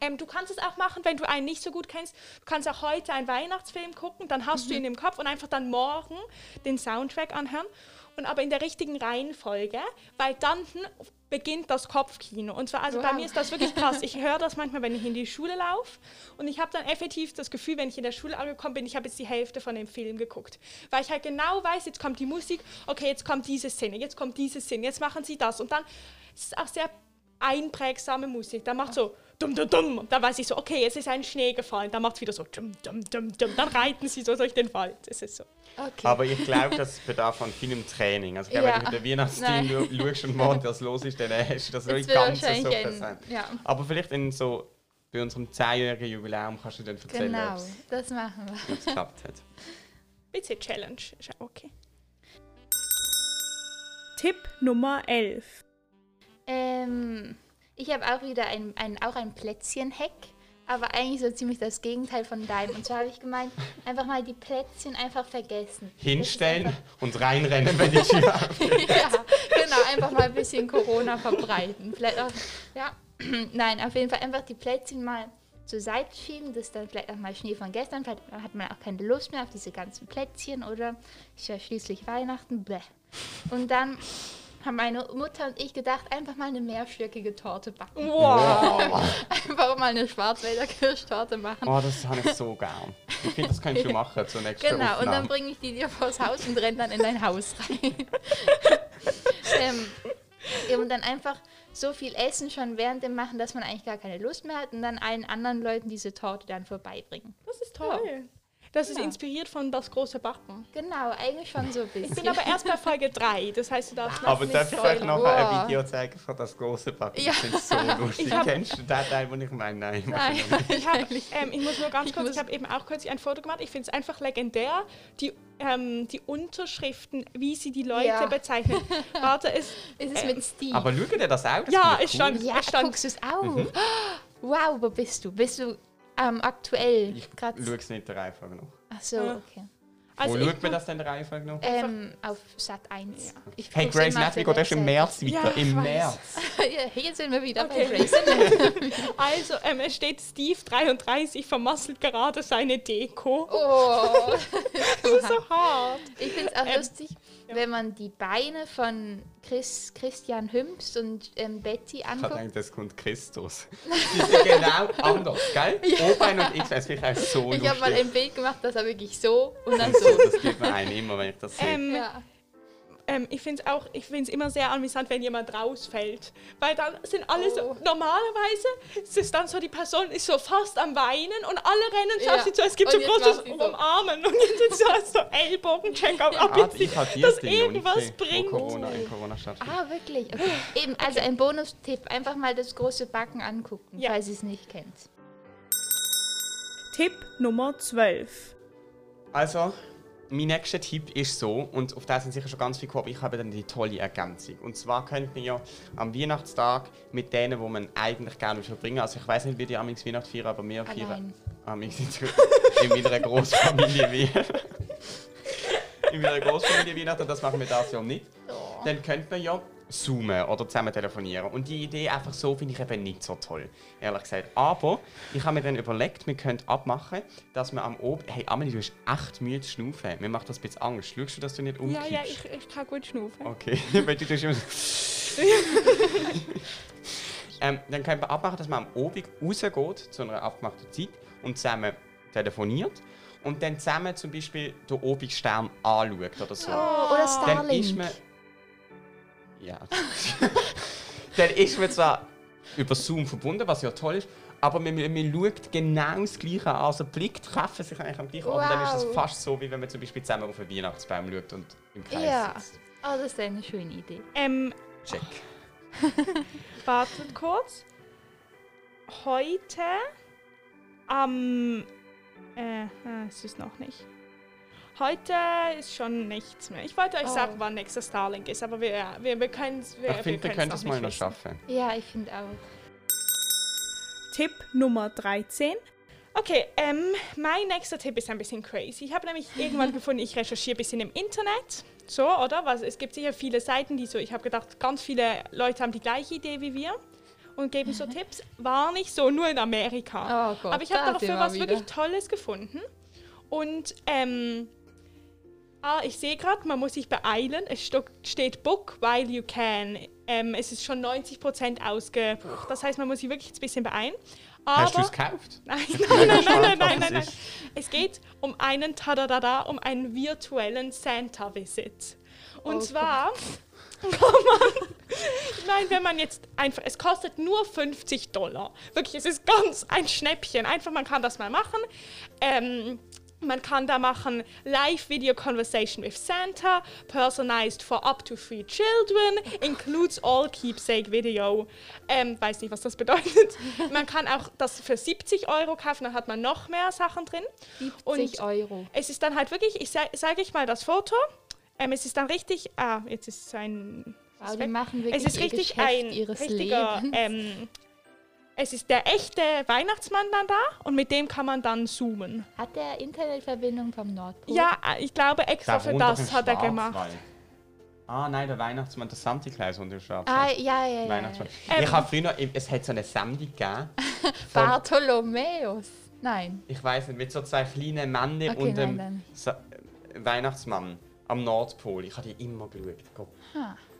Ähm, du kannst es auch machen, wenn du einen nicht so gut kennst. Du kannst auch heute einen Weihnachtsfilm gucken, dann hast du ihn im Kopf und einfach dann morgen den Soundtrack anhören. Und aber in der richtigen Reihenfolge, weil dann hm, beginnt das Kopfkino. Und zwar, also bei
Wow.
mir ist das wirklich krass. Ich höre das manchmal, wenn ich in die Schule laufe. Und ich habe dann effektiv das Gefühl, wenn ich in der Schule angekommen bin, ich habe jetzt die Hälfte von dem Film geguckt. Weil ich halt genau weiß, jetzt kommt die Musik, okay, jetzt kommt diese Szene, jetzt kommt diese Szene, jetzt machen sie das. Und dann ist es auch sehr einprägsame Musik. Da macht so dum dum dum und dann weiß ich so, okay, jetzt ist ein Schnee gefallen. Dann macht es wieder so dum dum dum dum. Dann reiten sie so durch den Wald. Es ist so.
Okay.
Aber ich glaube, das bedarf an vielem Training. Also ich glaube,
Ja.
wenn du mit dem Weihnachtsteam
Nein.
schau- schaust und morgen das los ist, dann hast du das wirklich
wird
ganz so
wahrscheinlich ein-
präsent.
ja.
Aber vielleicht in so, bei unserem 10-jährigen Jubiläum kannst du dann erzählen,
genau,
ob es
das machen wir.
nicht geklappt hat.
Bisschen Challenge. Ist auch okay.
Tipp Nummer 11.
Ähm, ich habe auch wieder ein, ein, auch ein Plätzchen-Hack, aber eigentlich so ziemlich das Gegenteil von deinem. Und zwar habe ich gemeint, einfach mal die Plätzchen einfach vergessen. Das ist
Hinstellen und reinrennen, wenn die Tür
ja, genau, einfach mal ein bisschen Corona verbreiten. Vielleicht auch, ja, nein, auf jeden Fall einfach die Plätzchen mal zur Seite schieben, dass dann vielleicht auch mal Schnee von gestern, vielleicht hat man auch keine Lust mehr auf diese ganzen Plätzchen oder ist ja schließlich Weihnachten, bleh. Und dann haben meine Mutter und ich gedacht, einfach mal eine mehrstöckige Torte backen.
Wow.
Einfach mal eine Schwarzwälder Kirschtorte machen.
Oh, das habe ich so gern. Ich finde, das könntest du machen zur nächsten
Genau, und dann
Aufnahme.
bringe ich die dir vors Haus und renne dann in dein Haus rein. ähm, ja, und dann einfach so viel Essen schon während dem Machen, dass man eigentlich gar keine Lust mehr hat und dann allen anderen Leuten diese Torte dann vorbeibringen.
Das ist toll. Das ist
Ja.
inspiriert von Das große Backen.
Genau, eigentlich schon so ein bisschen.
Ich bin aber erst bei Folge 3, das heißt, du darfst noch.
Aber darf ich euch noch
Wow.
ein Video zeigen von das große Backen?
Ja.
Das ist so lustig.
Ich hab-
Kennst du den Teil, wo ich meine? Nein.
Nein,
Ich, hab, ähm, ich muss nur ganz
Ich
kurz,
muss-
ich habe eben auch kürzlich ein Foto gemacht. Ich finde es einfach legendär, die, ähm, die Unterschriften, wie sie die Leute
Ja.
bezeichnen. Warte, es,
ist es mit Steve?
Aber Mhm. schau dir das auch. Das
ja,
finde
es
ich cool.
stand,
ja,
es stand
guckst du es auch? Wow, wo bist du? Bist du ähm, aktuell?
Ich
grad-
schaue es nicht in der Reihenfolge noch.
Ach so,
Ja.
okay.
Also
wo
ich-
schaut man das denn in der Reihenfolge noch?
Ähm, auf Sat 1. Ich
Hey,
guck's
Grace
immer auf der
Anatomy geht erst
Website.
im März
Ja,
weiter.
ich
Im
weiß.
März.
Ja, Hier sind wir wieder
Okay.
bei Grace
Also, ähm, es steht Steve 33 vermasselt gerade seine Deko.
Oh.
Das ist so hart.
Ich finde es auch lustig, wenn man die Beine von Chris, Christian Hüms und ähm, Betty
Ich hab
anguckt.
gedacht, das kommt Christus. Die sind genau anders, gell? O-Bein und X, das finde ich auch so lustig.
Ich habe mal ein Bild gemacht, das war wirklich so und dann
so,
so.
das gibt mir einen immer, wenn ich das sehe.
Ähm,
ja.
ähm, ich finde es auch, ich finde es immer sehr amüsant, wenn jemand rausfällt. Weil dann sind alle so,
Oh.
normalerweise ist es dann so, die Person ist so fast am Weinen und alle rennen so auf
Ja.
sie zu. Es gibt so
Und jetzt
großes
macht sie so.
Umarmen und jetzt ist so, so Ellbogencheck auf
Ah,
ab.
ich habe
dass irgendwas bringt.
Corona, in Corona stattfindet.
Ah, wirklich? Okay. Eben, also ein Bonustipp, einfach mal das große Backen angucken,
Ja.
falls ihr es nicht kennt.
Tipp Nummer 12.
Also, mein nächster Tipp ist so, und auf das sind sicher schon ganz viele gekommen, ich habe dann die tolle Ergänzung. Und zwar könnte man ja am Weihnachtstag mit denen, wo man eigentlich gerne verbringen will, also ich weiß nicht, wie die Amix Weihnacht feiern, aber wir feiern
Allein.
Amix in meiner Großfamilie Weihnachten. In meiner Großfamilie Weihnachten, das machen wir das Jahr nicht. Dann könnte man ja zoomen oder zusammen telefonieren. Und die Idee einfach so finde ich eben nicht so toll, ehrlich gesagt. Aber ich habe mir dann überlegt, wir könnten abmachen, dass wir am Oben... Hey, Amelie, du hast echt Mühe zu schnaufen. Mir macht das ein bisschen Angst. Schaust du, dass du nicht
Ja,
umkippst?
ja, ich, ich kann gut schnaufen.
Okay, weil du tust immer so. ähm, dann können wir abmachen, dass man am Obig rausgeht zu einer abgemachten Zeit und zusammen telefoniert und dann zusammen zum Beispiel den Obig-Stern anschaut oder so.
Oh, oder
Dann ist
Starlink.
man. Ja. dann ist man zwar über Zoom verbunden, was ja toll ist, aber man, man, man schaut genau das Gleiche an. Also Blick treffen sich eigentlich am gleichen Ort. Und dann ist es
Wow.
fast so, wie wenn man zum Beispiel zusammen auf einen Weihnachtsbaum schaut und im Kreis
Ja.
sitzt.
Oh, das ist eine schöne Idee.
Ähm,
Check.
wartet kurz. Heute am. Äh, äh, es ist noch nicht. Heute ist schon nichts mehr. Ich wollte euch
Oh.
sagen, wann nächster Starlink ist, aber wir, äh, wir, wir können es. Wir,
Ich finde, wir
können's
können das
nicht
mal noch
wissen.
schaffen.
Ja, ich finde auch.
Tipp Nummer 13.
Okay, ähm, mein nächster Tipp ist ein bisschen crazy. Ich habe nämlich irgendwann gefunden, ich recherchiere ein bisschen im Internet. So, oder? Was, es gibt sicher viele Seiten, die so, ich habe gedacht, ganz viele Leute haben die gleiche Idee wie wir und geben so Tipps. War nicht so, nur in Amerika.
Oh Gott,
Aber ich
da
habe
sind
dafür
wir
was
wieder.
wirklich Tolles gefunden. Und, ähm, ah, ich sehe gerade, man muss sich beeilen. Es sto- steht Book while you can. Ähm, es ist schon 90% ausgebucht. Das heißt, man muss sich wirklich jetzt ein bisschen beeilen. Aber
Hast du es gekauft?
Nein, nein, nein, nein, nein, nein,
gespannt, was es
nein, nein.
ist.
Es geht um einen Tadadada, um einen virtuellen Santa-Visit. Und zwar kann man, ich meine, wenn man jetzt einfach, es kostet nur 50 Dollar. Wirklich, es ist ganz ein Schnäppchen. Einfach, man kann das mal machen. Ähm, man kann da machen Live Video Conversation with Santa, personalized for up to three children, includes all keepsake video. Ähm, weiß nicht, was das bedeutet. Man kann auch das für 70 Euro kaufen, dann hat man noch mehr Sachen drin.
70 Euro.
Es ist dann halt wirklich, ich sage sag ich mal das Foto, ähm, es ist dann richtig, ah, jetzt ist es ein...
Wow, die machen wirklich
es ist
ihr
richtig
Geschäft
ein
ihres
richtiger,
Lebens.
ähm, es ist der echte Weihnachtsmann dann da und mit dem kann man dann zoomen.
Hat der Internetverbindung vom Nordpol?
Ja, äh, ich glaube, extra
Da
für
wohnt doch
das
im
hat er
Schwarzwald.
gemacht.
Ah nein, der Weihnachtsmann, der Santa Claus und der Schwarze.
Ah, ja, ja, Ähm. ja. ja.
Weihnachtsmann. Ich habe früher noch, es hat so eine Sendung gegeben. von-
Bartholomäus. Nein.
ich weiß nicht, mit so zwei kleinen Männern
Okay,
und
nein,
dem
nein.
Sa Weihnachtsmann am Nordpol. Ich habe die immer geschaut. Gott.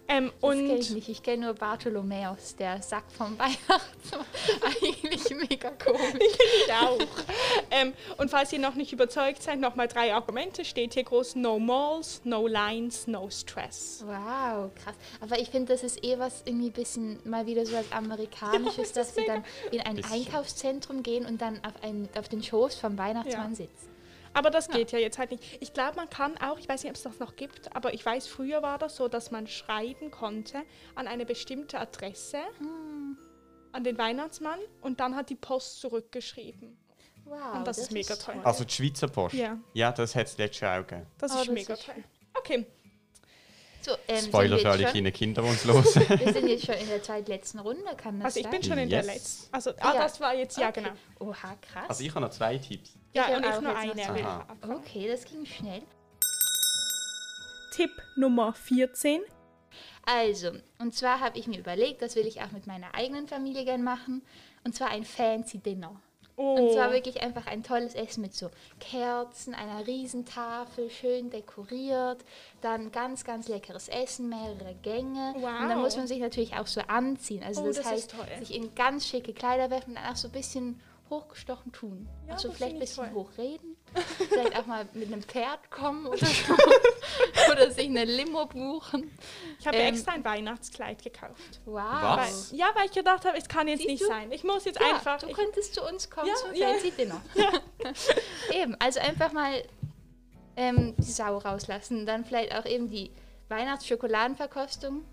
Ähm,
Das kenne ich
und
nicht. Ich kenne nur Bartholomäus, der Sack vom Weihnachtsmann. Eigentlich mega komisch.
ich auch. ähm, und falls ihr noch nicht überzeugt seid, nochmal drei Argumente. Steht hier groß: No Malls, no Lines, no Stress.
Wow, krass. Aber ich finde, das ist eh was irgendwie ein bisschen mal wieder so was
Ja,
Amerikanisches,
ist
dass
das
sie dann in ein
Bisschen.
Einkaufszentrum gehen und dann auf, einen, auf den Schoß vom Weihnachtsmann
Ja.
sitzen.
Aber das geht ja jetzt halt nicht. Ich glaube, man kann auch, ich weiß nicht, ob es das noch gibt, aber ich weiß, früher war das so, dass man schreiben konnte an eine bestimmte Adresse,
Hm.
an den Weihnachtsmann und dann hat die Post zurückgeschrieben.
Wow.
Und das ist mega toll.
Also die Schweizer Post.
Ja.
ja das hat es letztes Jahr auch gegeben.
Das
Oh,
ist
das
mega
ist
toll. Okay,
So, ähm,
Spoiler
sind
für
wir
alle
jetzt
kleinen Kinder, die uns hören.
schon- Wir sind jetzt schon in der zweitletzten Runde, kann das
also ich
sein?
bin schon in der
Yes.
letzten. Also, ah,
Ja.
das war jetzt, ja, genau.
Oha, krass.
Also ich habe noch zwei Tipps.
Ja,
Ich
und
hab
ich
auch
nur
jetzt noch
eine.
zwei.
Aha.
okay, das ging schnell.
Tipp Nummer 14.
Also, und zwar habe ich mir überlegt, das will ich auch mit meiner eigenen Familie gern machen, und zwar ein fancy Dinner. Und
Oh,
zwar wirklich einfach ein tolles Essen mit so Kerzen, einer Riesentafel, schön dekoriert, dann ganz, ganz leckeres Essen, mehrere Gänge. Und dann
Wow.
muss man sich natürlich auch so anziehen. Also
Oh,
das,
das ist
heißt,
toll.
sich in ganz schicke Kleider werfen und dann auch so ein bisschen hochgestochen tun.
Ja,
also
das
vielleicht ein
finde ich
bisschen
toll.
hochreden, vielleicht auch mal mit einem Pferd kommen oder so. oder sich eine Limo buchen.
ich habe
ähm,
extra ein Weihnachtskleid gekauft.
Wow.
Was?
Weil, ja, weil ich gedacht habe, es kann jetzt
Siehst
nicht
du?
sein. Ich muss jetzt
Ja,
einfach.
Du
Ich,
könntest zu uns kommen
Ja,
zum
ja.
Fancy Dinner. eben, also einfach mal ähm, die Sau rauslassen. Dann vielleicht auch eben die Weihnachtsschokoladenverkostung.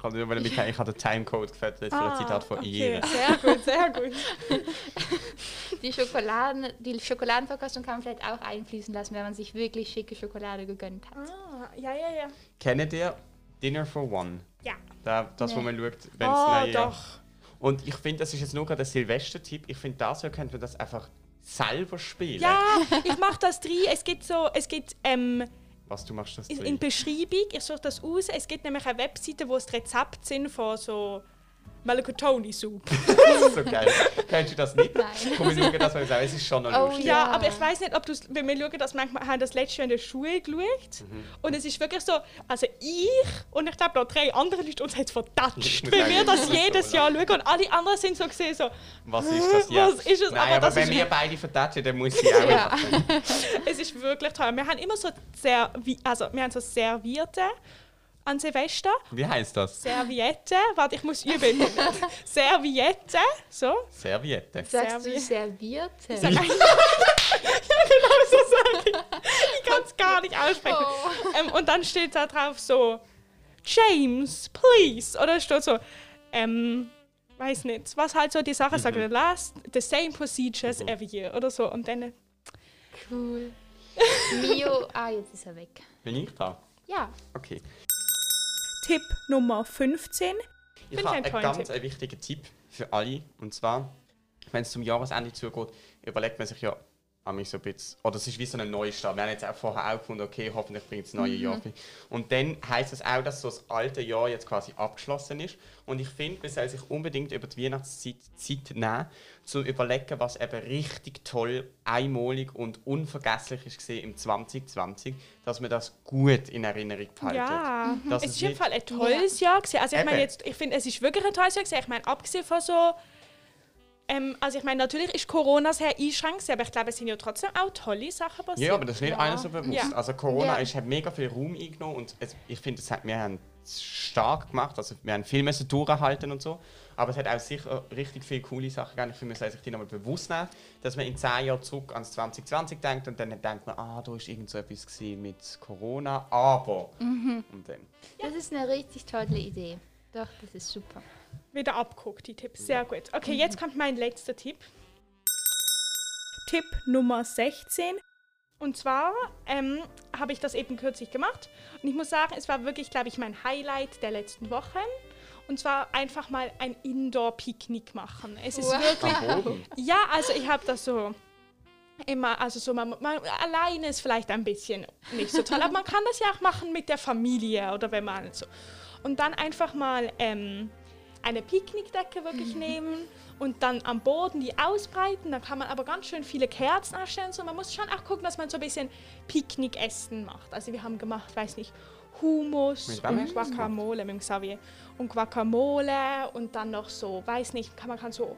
Ich habe überlegt, ich habe den Timecode gefüttert für
Ah,
ein Zitat von
Ah, okay,
ihr.
sehr gut, sehr gut.
Die, Schokoladen, die Schokoladenverkostung kann man vielleicht auch einfließen lassen, wenn man sich wirklich schicke Schokolade gegönnt hat.
Ah, ja, ja, ja.
Kennt ihr Dinner for One?
Ja.
Da, das, wo
Nee.
man schaut, wenn es
Ah,
neue...
doch.
Und ich finde, das ist jetzt nur gerade ein Silvester-Tipp. Ich finde, das Jahr könnte man das einfach selber spielen.
Ja, ich mache das drei. Es gibt so, es gibt ähm,
Was du machst, das
in-
drin.
in Beschreibung, ich suche das aus, es gibt nämlich eine Webseite, wo es Rezepte sind von so Melanchthony-Soup.
Das ist so geil. Kennst du das nicht?
Nein.
Komm, wir schauen das mal an. Es ist schon noch
Oh,
lustig.
Ja,
Ja.
aber ich weiß nicht, ob du wenn wir schauen, das manchmal haben das letzte Jahr in der Schule geschaut. Und es ist wirklich so, also ich und ich glaube noch drei andere Leute uns haben
Ich
vertatscht,
muss
weil
sagen,
wir das
ich muss
jedes
so
Jahr schauen und alle anderen sind so gesehen so,
Was ist das? Ja.
Was ist es?
Nein,
Aber
aber,
das
wenn
ist-
wir beide vertatschen, dann muss ich auch.
Ja.
es ist wirklich toll. Wir haben immer so, Servi also wir haben so Servierte an Silvester
Wie heißt das?
Serviette, warte, ich muss üben. Serviette, so.
Serviette.
Sagst du
Servi-
Servierte?
Sag ich. ja, genau so sage ich. Ich kann es gar nicht aussprechen.
Oh.
Ähm, und dann steht da drauf so, James, please. Oder es steht so, ähm, weiß nicht, was halt so die Sache sagt. Last, the same procedure as every year oder so. Und dann,
cool. Mio, ah, jetzt ist er weg.
Bin ich da?
Ja,
Okay.
Tipp Nummer 15.
Finde
Ich habe
ich
einen
einen tollen
ganz
Tipp.
einen wichtigen Tipp für alle. Und zwar, wenn es zum Jahresende zugeht, überlegt man sich ja an mich so ein bisschen. Oder es ist wie so ein Neustart. Wir haben jetzt auch vorher auch gefunden, okay, hoffentlich bringt das neue
Mhm.
Jahr viel. Und dann heisst es auch, dass so das alte Jahr jetzt quasi abgeschlossen ist. Und ich finde, man soll sich unbedingt über die Weihnachtszeit Zeit nehmen, zu überlegen, was eben richtig toll, einmalig und unvergesslich ist gesehen im 2020, dass man das gut in Erinnerung behalten.
ja.
Dass
Es
es
ist auf jeden
nicht-
Fall ein tolles Jahr gewesen. Also ich
Eben.
meine jetzt, ich finde, es ist wirklich ein tolles Jahr gewesen. Ich meine, abgesehen von so, ähm, also ich meine, natürlich ist Corona sehr einschränkend, aber ich glaube, es sind ja trotzdem auch tolle Sachen passiert.
Ja, aber das ist nicht
Ja.
einer so bewusst.
Ja.
Also Corona
Ja.
ist, hat mega viel Raum eingenommen und es, ich finde, es hat- wir haben es stark gemacht. Also wir haben viel mehr so durchhalten und so. Aber es hat auch sicher richtig viele coole Sachen gegeben. Ich finde, man soll sich die nochmal bewusst nehmen, dass man in zehn Jahren zurück ans 2020 denkt und dann denkt man, ah, da ist irgend so etwas gewesen mit Corona, aber...
Mhm.
Und dann.
das ist eine richtig tolle Idee. Doch, das ist super.
Wieder abguckt, die Tipps. Sehr gut. Okay, jetzt kommt mein letzter Tipp.
Tipp Nummer 16.
Und zwar ähm, habe ich das eben kürzlich gemacht. Und ich muss sagen, es war wirklich, glaube ich, mein Highlight der letzten Wochen. Und zwar einfach mal ein Indoor-Picknick machen. Es ist
Wow.
wirklich.
Am Boden.
Ja, also ich habe das so immer, also so, man, man alleine ist vielleicht ein bisschen nicht so toll, aber man kann das ja auch machen mit der Familie oder wenn man so. Und dann einfach mal ähm, eine Picknickdecke wirklich nehmen und dann am Boden die ausbreiten. Dann kann man aber ganz schön viele Kerzen anstellen. So, man muss schon auch gucken, dass man so ein bisschen Picknickessen macht. Also wir haben gemacht, weiß nicht, Hummus
Mit wem
und
hast du das gemacht?
Guacamole mit dem Xavier. Und Guacamole und dann noch so, weiß nicht, kann, man kann so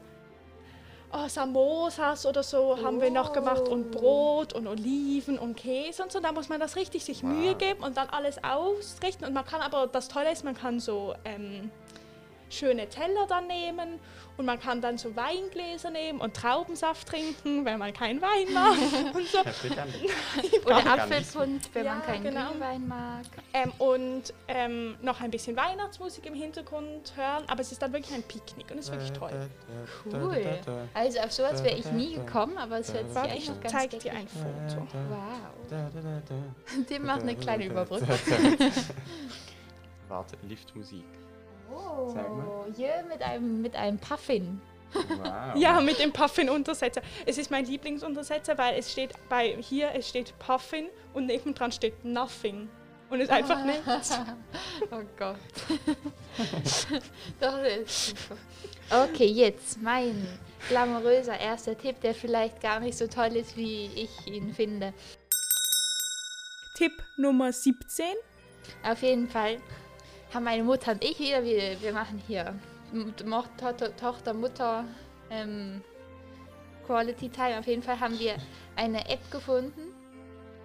oh, Samosas oder so haben wir noch gemacht und Brot und Oliven und Käse und so. Da muss man das richtig sich Mühe geben und dann alles ausrichten. Und man kann aber, das Tolle ist, man kann so ähm, schöne Teller dann nehmen und man kann dann so Weingläser nehmen und Traubensaft trinken, wenn man keinen Wein mag und so.
Selbstverständlich.
Oder
gar
Apfelpunsch, wenn
Ja,
man keinen
genau.
Glühwein mag.
Ähm, und ähm, noch ein bisschen Weihnachtsmusik im Hintergrund hören, aber es ist dann wirklich ein Picknick und es ist wirklich
Äh,
toll.
Cool. Also auf sowas wäre ich nie gekommen, aber es hört sich
Warte,
eigentlich
ich
noch ganz
zeig
geckig
dir ein Foto.
an. Wow. Dem macht eine kleine Überbrückung.
Warte, Liftmusik. Zeig
Oh,
mal.
hier mit einem, mit einem Puffin.
Wow.
Ja, mit dem Puffin-Untersetzer. Es ist mein Lieblingsuntersetzer, weil es steht bei hier, es steht Puffin und nebendran steht Nothing. Und es ist einfach nichts.
Oh Gott. das ist super. Okay, jetzt mein glamouröser erster Tipp, der vielleicht gar nicht so toll ist, wie ich ihn finde.
Tipp Nummer 17.
Auf jeden Fall haben meine Mutter und ich wieder, wir, wir machen hier M- Mo- To- To- Tochter, Mutter, ähm, Quality Time. Auf jeden Fall haben wir eine App gefunden.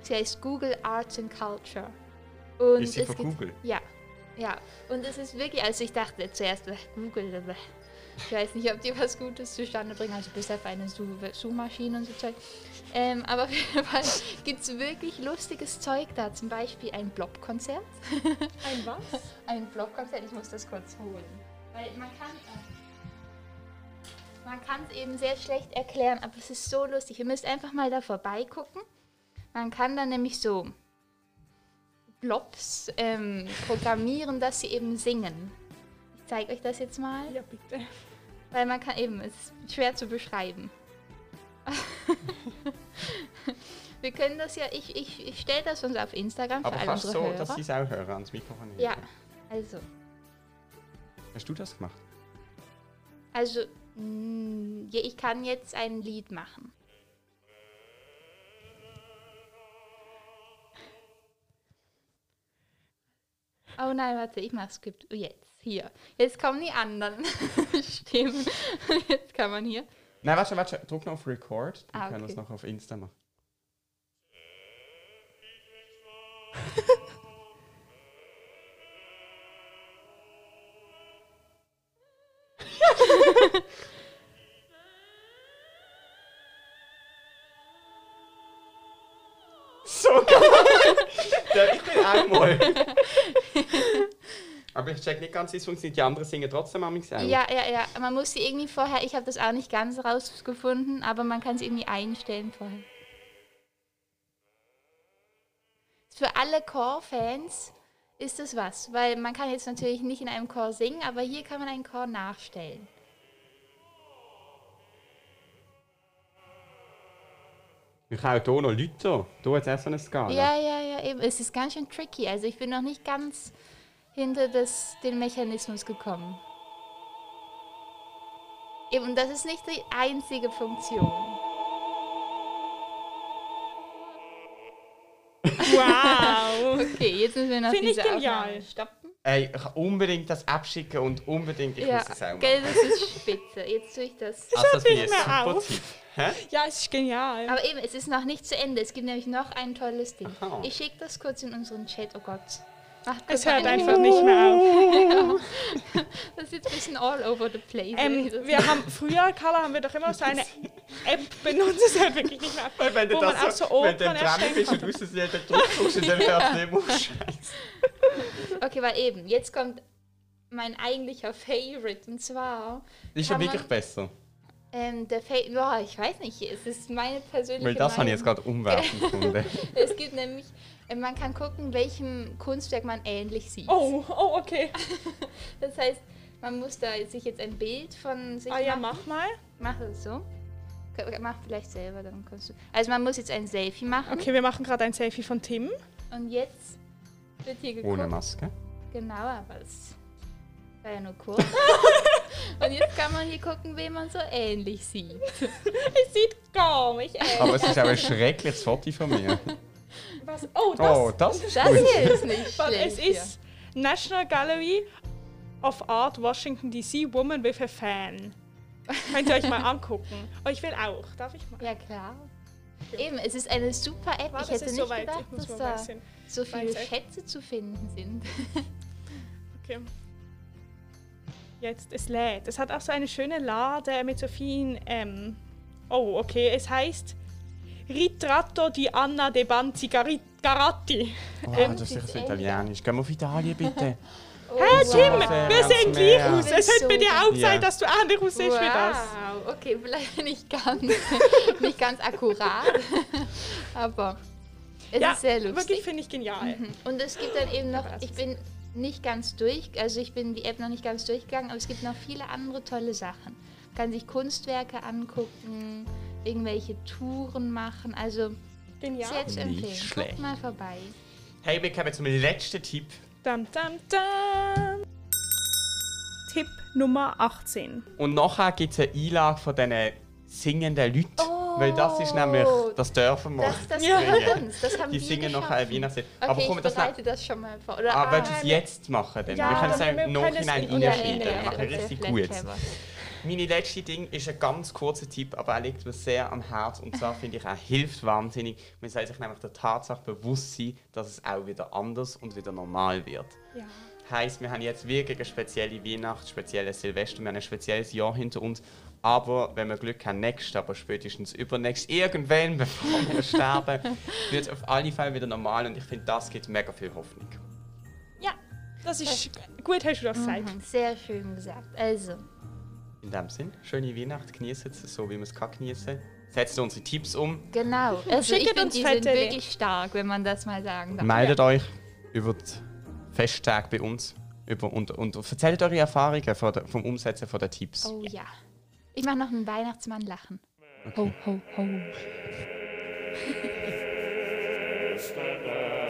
Sie heißt Google Arts and Culture. Und
Ist sie
es
von
gibt-
Google?
Ja, ja. Und es ist wirklich, also ich dachte zuerst, äh, Google, äh, ich weiß nicht, ob die was Gutes zustande bringen, also bis auf eine Su- Suchmaschine und so Zeug. Ähm, aber auf jeden Fall gibt es wirklich lustiges Zeug da, zum Beispiel ein Blob-Konzert.
Ein was?
Ein Blockkonzert, ich muss das kurz holen. Weil man kann äh, man kann es eben sehr schlecht erklären, aber es ist so lustig. Ihr müsst einfach mal da vorbeigucken. Man kann dann nämlich so Blobs ähm, programmieren, dass sie eben singen. Ich zeige euch das jetzt mal,
Ja, bitte.
weil man kann eben, es ist schwer zu beschreiben. Wir können das ja, ich, ich, ich stelle das uns auf Instagram für
Aber
alle
fast
unsere
so,
Hörer.
dass sie es auch hören ans Mikrofon.
ja, also.
Hast du das gemacht?
Also, mm, ja, ich kann jetzt ein Lied machen. Oh nein, warte, ich mach's gibt jetzt hier. Jetzt kommen die anderen Stimmen. Jetzt kann man hier.
Nein, warte, warte, drück noch auf Record. Dann
Ah,
können wir es
okay.
noch auf Insta machen. so geil! Der- ich bin einmal. Aber ich check nicht ganz, wie es funktioniert. Die anderen singen trotzdem am auch.
Ja, ja, ja. Man muss sie irgendwie vorher. Ich habe das auch nicht ganz rausgefunden, aber man kann sie irgendwie einstellen vorher. Für alle Chor-Fans ist es was, weil man kann jetzt natürlich nicht in einem Chor singen, aber hier kann man einen Chor nachstellen.
Ich habe auch hier noch Leute. Du jetzt erst so eine Skala.
Ja, ja, ja, eben. Es ist ganz schön tricky. Also ich bin noch nicht ganz hinter das, den Mechanismus gekommen. Eben, das ist nicht die einzige Funktion.
Wow!
Okay, jetzt müssen wir noch
Finde ich
diese
genial.
Aufnahme stoppen.
Ey, ich kann unbedingt das abschicken und unbedingt ich muss es auch machen.
gell, das ist spitze. Jetzt tue ich das.
Also das bin
nicht
ich
mehr
super
auf.
Tipp. Hä?
Ja, es ist genial.
Aber eben, es ist noch nicht zu Ende. Es gibt nämlich noch ein tolles Ding.
Aha.
Ich schicke das kurz in unseren Chat. Oh Gott. Macht
Es
kurz
hört
einen-
einfach nicht mehr auf.
Das ist jetzt ein bisschen all over the place.
Ähm,
dieses-
wir haben früher, Carla, haben wir doch immer so eine App benutzt, es hört wirklich nicht mehr auf.
Wenn
Wo
du
man
das
auch so
so, wenn du
Opern
dran
erstellen
bist und aussen nicht den Druck tust, dann hörst du nicht mehr auf.
okay, weil eben, jetzt kommt mein eigentlicher Favorite. Und zwar,
Ist ja
Kann man-
wirklich besser.
ähm, der Favorite, boah, ich weiß nicht, es ist meine persönliche
Weil das habe ich
Meinung.
jetzt gerade umwerfen gefunden.
Es gibt nämlich, äh, man kann gucken, welchem Kunstwerk man ähnlich sieht.
Oh, oh, okay.
Das heißt, man muss da sich jetzt ein Bild von sich
Ah ja,
machen.
mach mal.
Mach es so. K- Mach vielleicht selber, dann kannst du. Also man muss jetzt ein Selfie machen.
Okay, wir machen gerade ein Selfie von Tim.
Und jetzt wird hier geguckt.
Ohne Maske.
Genau, aber es war ja nur kurz. Und jetzt kann man hier gucken, wen man so ähnlich sieht.
Es sieht gar nicht aus.
Aber es ist auch ein schreckliches Foto von mir.
Was? Oh, das.
Oh, das ist
Das
gut.
hier ist nicht
Warte,
schlecht.
es ist National Gallery of Art, Washington DC, Woman with a Fan. Könnt ihr euch mal angucken. Oh, ich will auch. Darf ich mal?
Ja, klar. Eben, es ist eine super App.
Warte,
ich hätte
es ist
nicht
soweit.
gedacht,
ich muss
dass
mal
da
wechseln.
so viele
Wahnsinn.
Schätze zu finden sind.
Okay. Jetzt, es lädt. Es hat auch so eine schöne Lade mit so vielen. Ähm, oh, okay. Es heißt Ritratto di Anna de Ah, Banzi Gari- Garatti.
Oh, das ist sicher so italienisch. Gehen wir auf Italien, bitte.
Hey, Tim,
Sehr
wir sehen gleich
ganz mehr.
aus. Es
Bist
sollte bei
so
dir auch
gut.
sein,
Ja.
dass du anders aussiehst wie das.
Wow, okay, vielleicht nicht ganz, nicht ganz akkurat, aber es ist sehr
Wirklich
lustig.
finde ich genial.
Mhm. Und es gibt dann eben noch,
Aber es
ich
ist-
bin nicht ganz durch, also ich bin die App noch nicht ganz durchgegangen, aber es gibt noch viele andere tolle Sachen. Man kann sich Kunstwerke angucken, irgendwelche Touren machen, also
Genial.
selbst
Nicht
empfehlen.
schlecht.
Guckt mal vorbei.
Hey, wir kommen zum letzten Tipp.
Dam, dam, dam.
Tipp Nummer 18.
Und nachher gibt es eine Einlage von diesen singenden Leuten.
Oh.
Weil das ist nämlich, das dürfen wir.
Das, das
Ja.
gehört uns, das haben wir
die singen
geschaffen.
nachher ein Weihnachtslied.
Okay,
Aber komm,
ich
das
bereite das schon mal vor. Oder,
Aber
ah,
ah, das jetzt machen, dann.
Ja,
wir können es
dann
auch im
wir können es
Nachhinein
in- ja,
reinschneiden.
ja, ja,
Wir machen
das ist
richtig
vielleicht
gut.
clever.
Meine letzte Ding ist ein ganz kurzer Tipp, aber er liegt mir sehr am Herz und zwar finde ich, er hilft wahnsinnig. Man soll sich nämlich der Tatsache bewusst sein, dass es auch wieder anders und wieder normal wird.
Ja.
Heißt, wir haben jetzt wirklich eine spezielle Weihnacht, spezielles Silvester, wir haben ein spezielles Jahr hinter uns. Aber wenn wir Glück haben, nächstes, aber spätestens übernächst, irgendwann, bevor wir sterben, wird es auf alle Fälle wieder normal und ich finde, das gibt mega viel Hoffnung.
ja, das ist gut, hast du das gesagt.
Mhm, Sehr schön gesagt. Also,
In dem Sinn, schöne Weihnacht, genießen es so, wie wir es kann genießen. Setzt unsere Tipps um,
genau. Also ich
Schickt
finde,
uns
die sind
Fettele.
wirklich stark, wenn man das mal sagen darf.
meldet euch über die Festtage bei uns über, und, und erzählt eure Erfahrungen von der, vom Umsetzen von der Tipps.
Oh ja. Ich mache noch einen Weihnachtsmann lachen. Ho, ho, ho.
Amsterdam.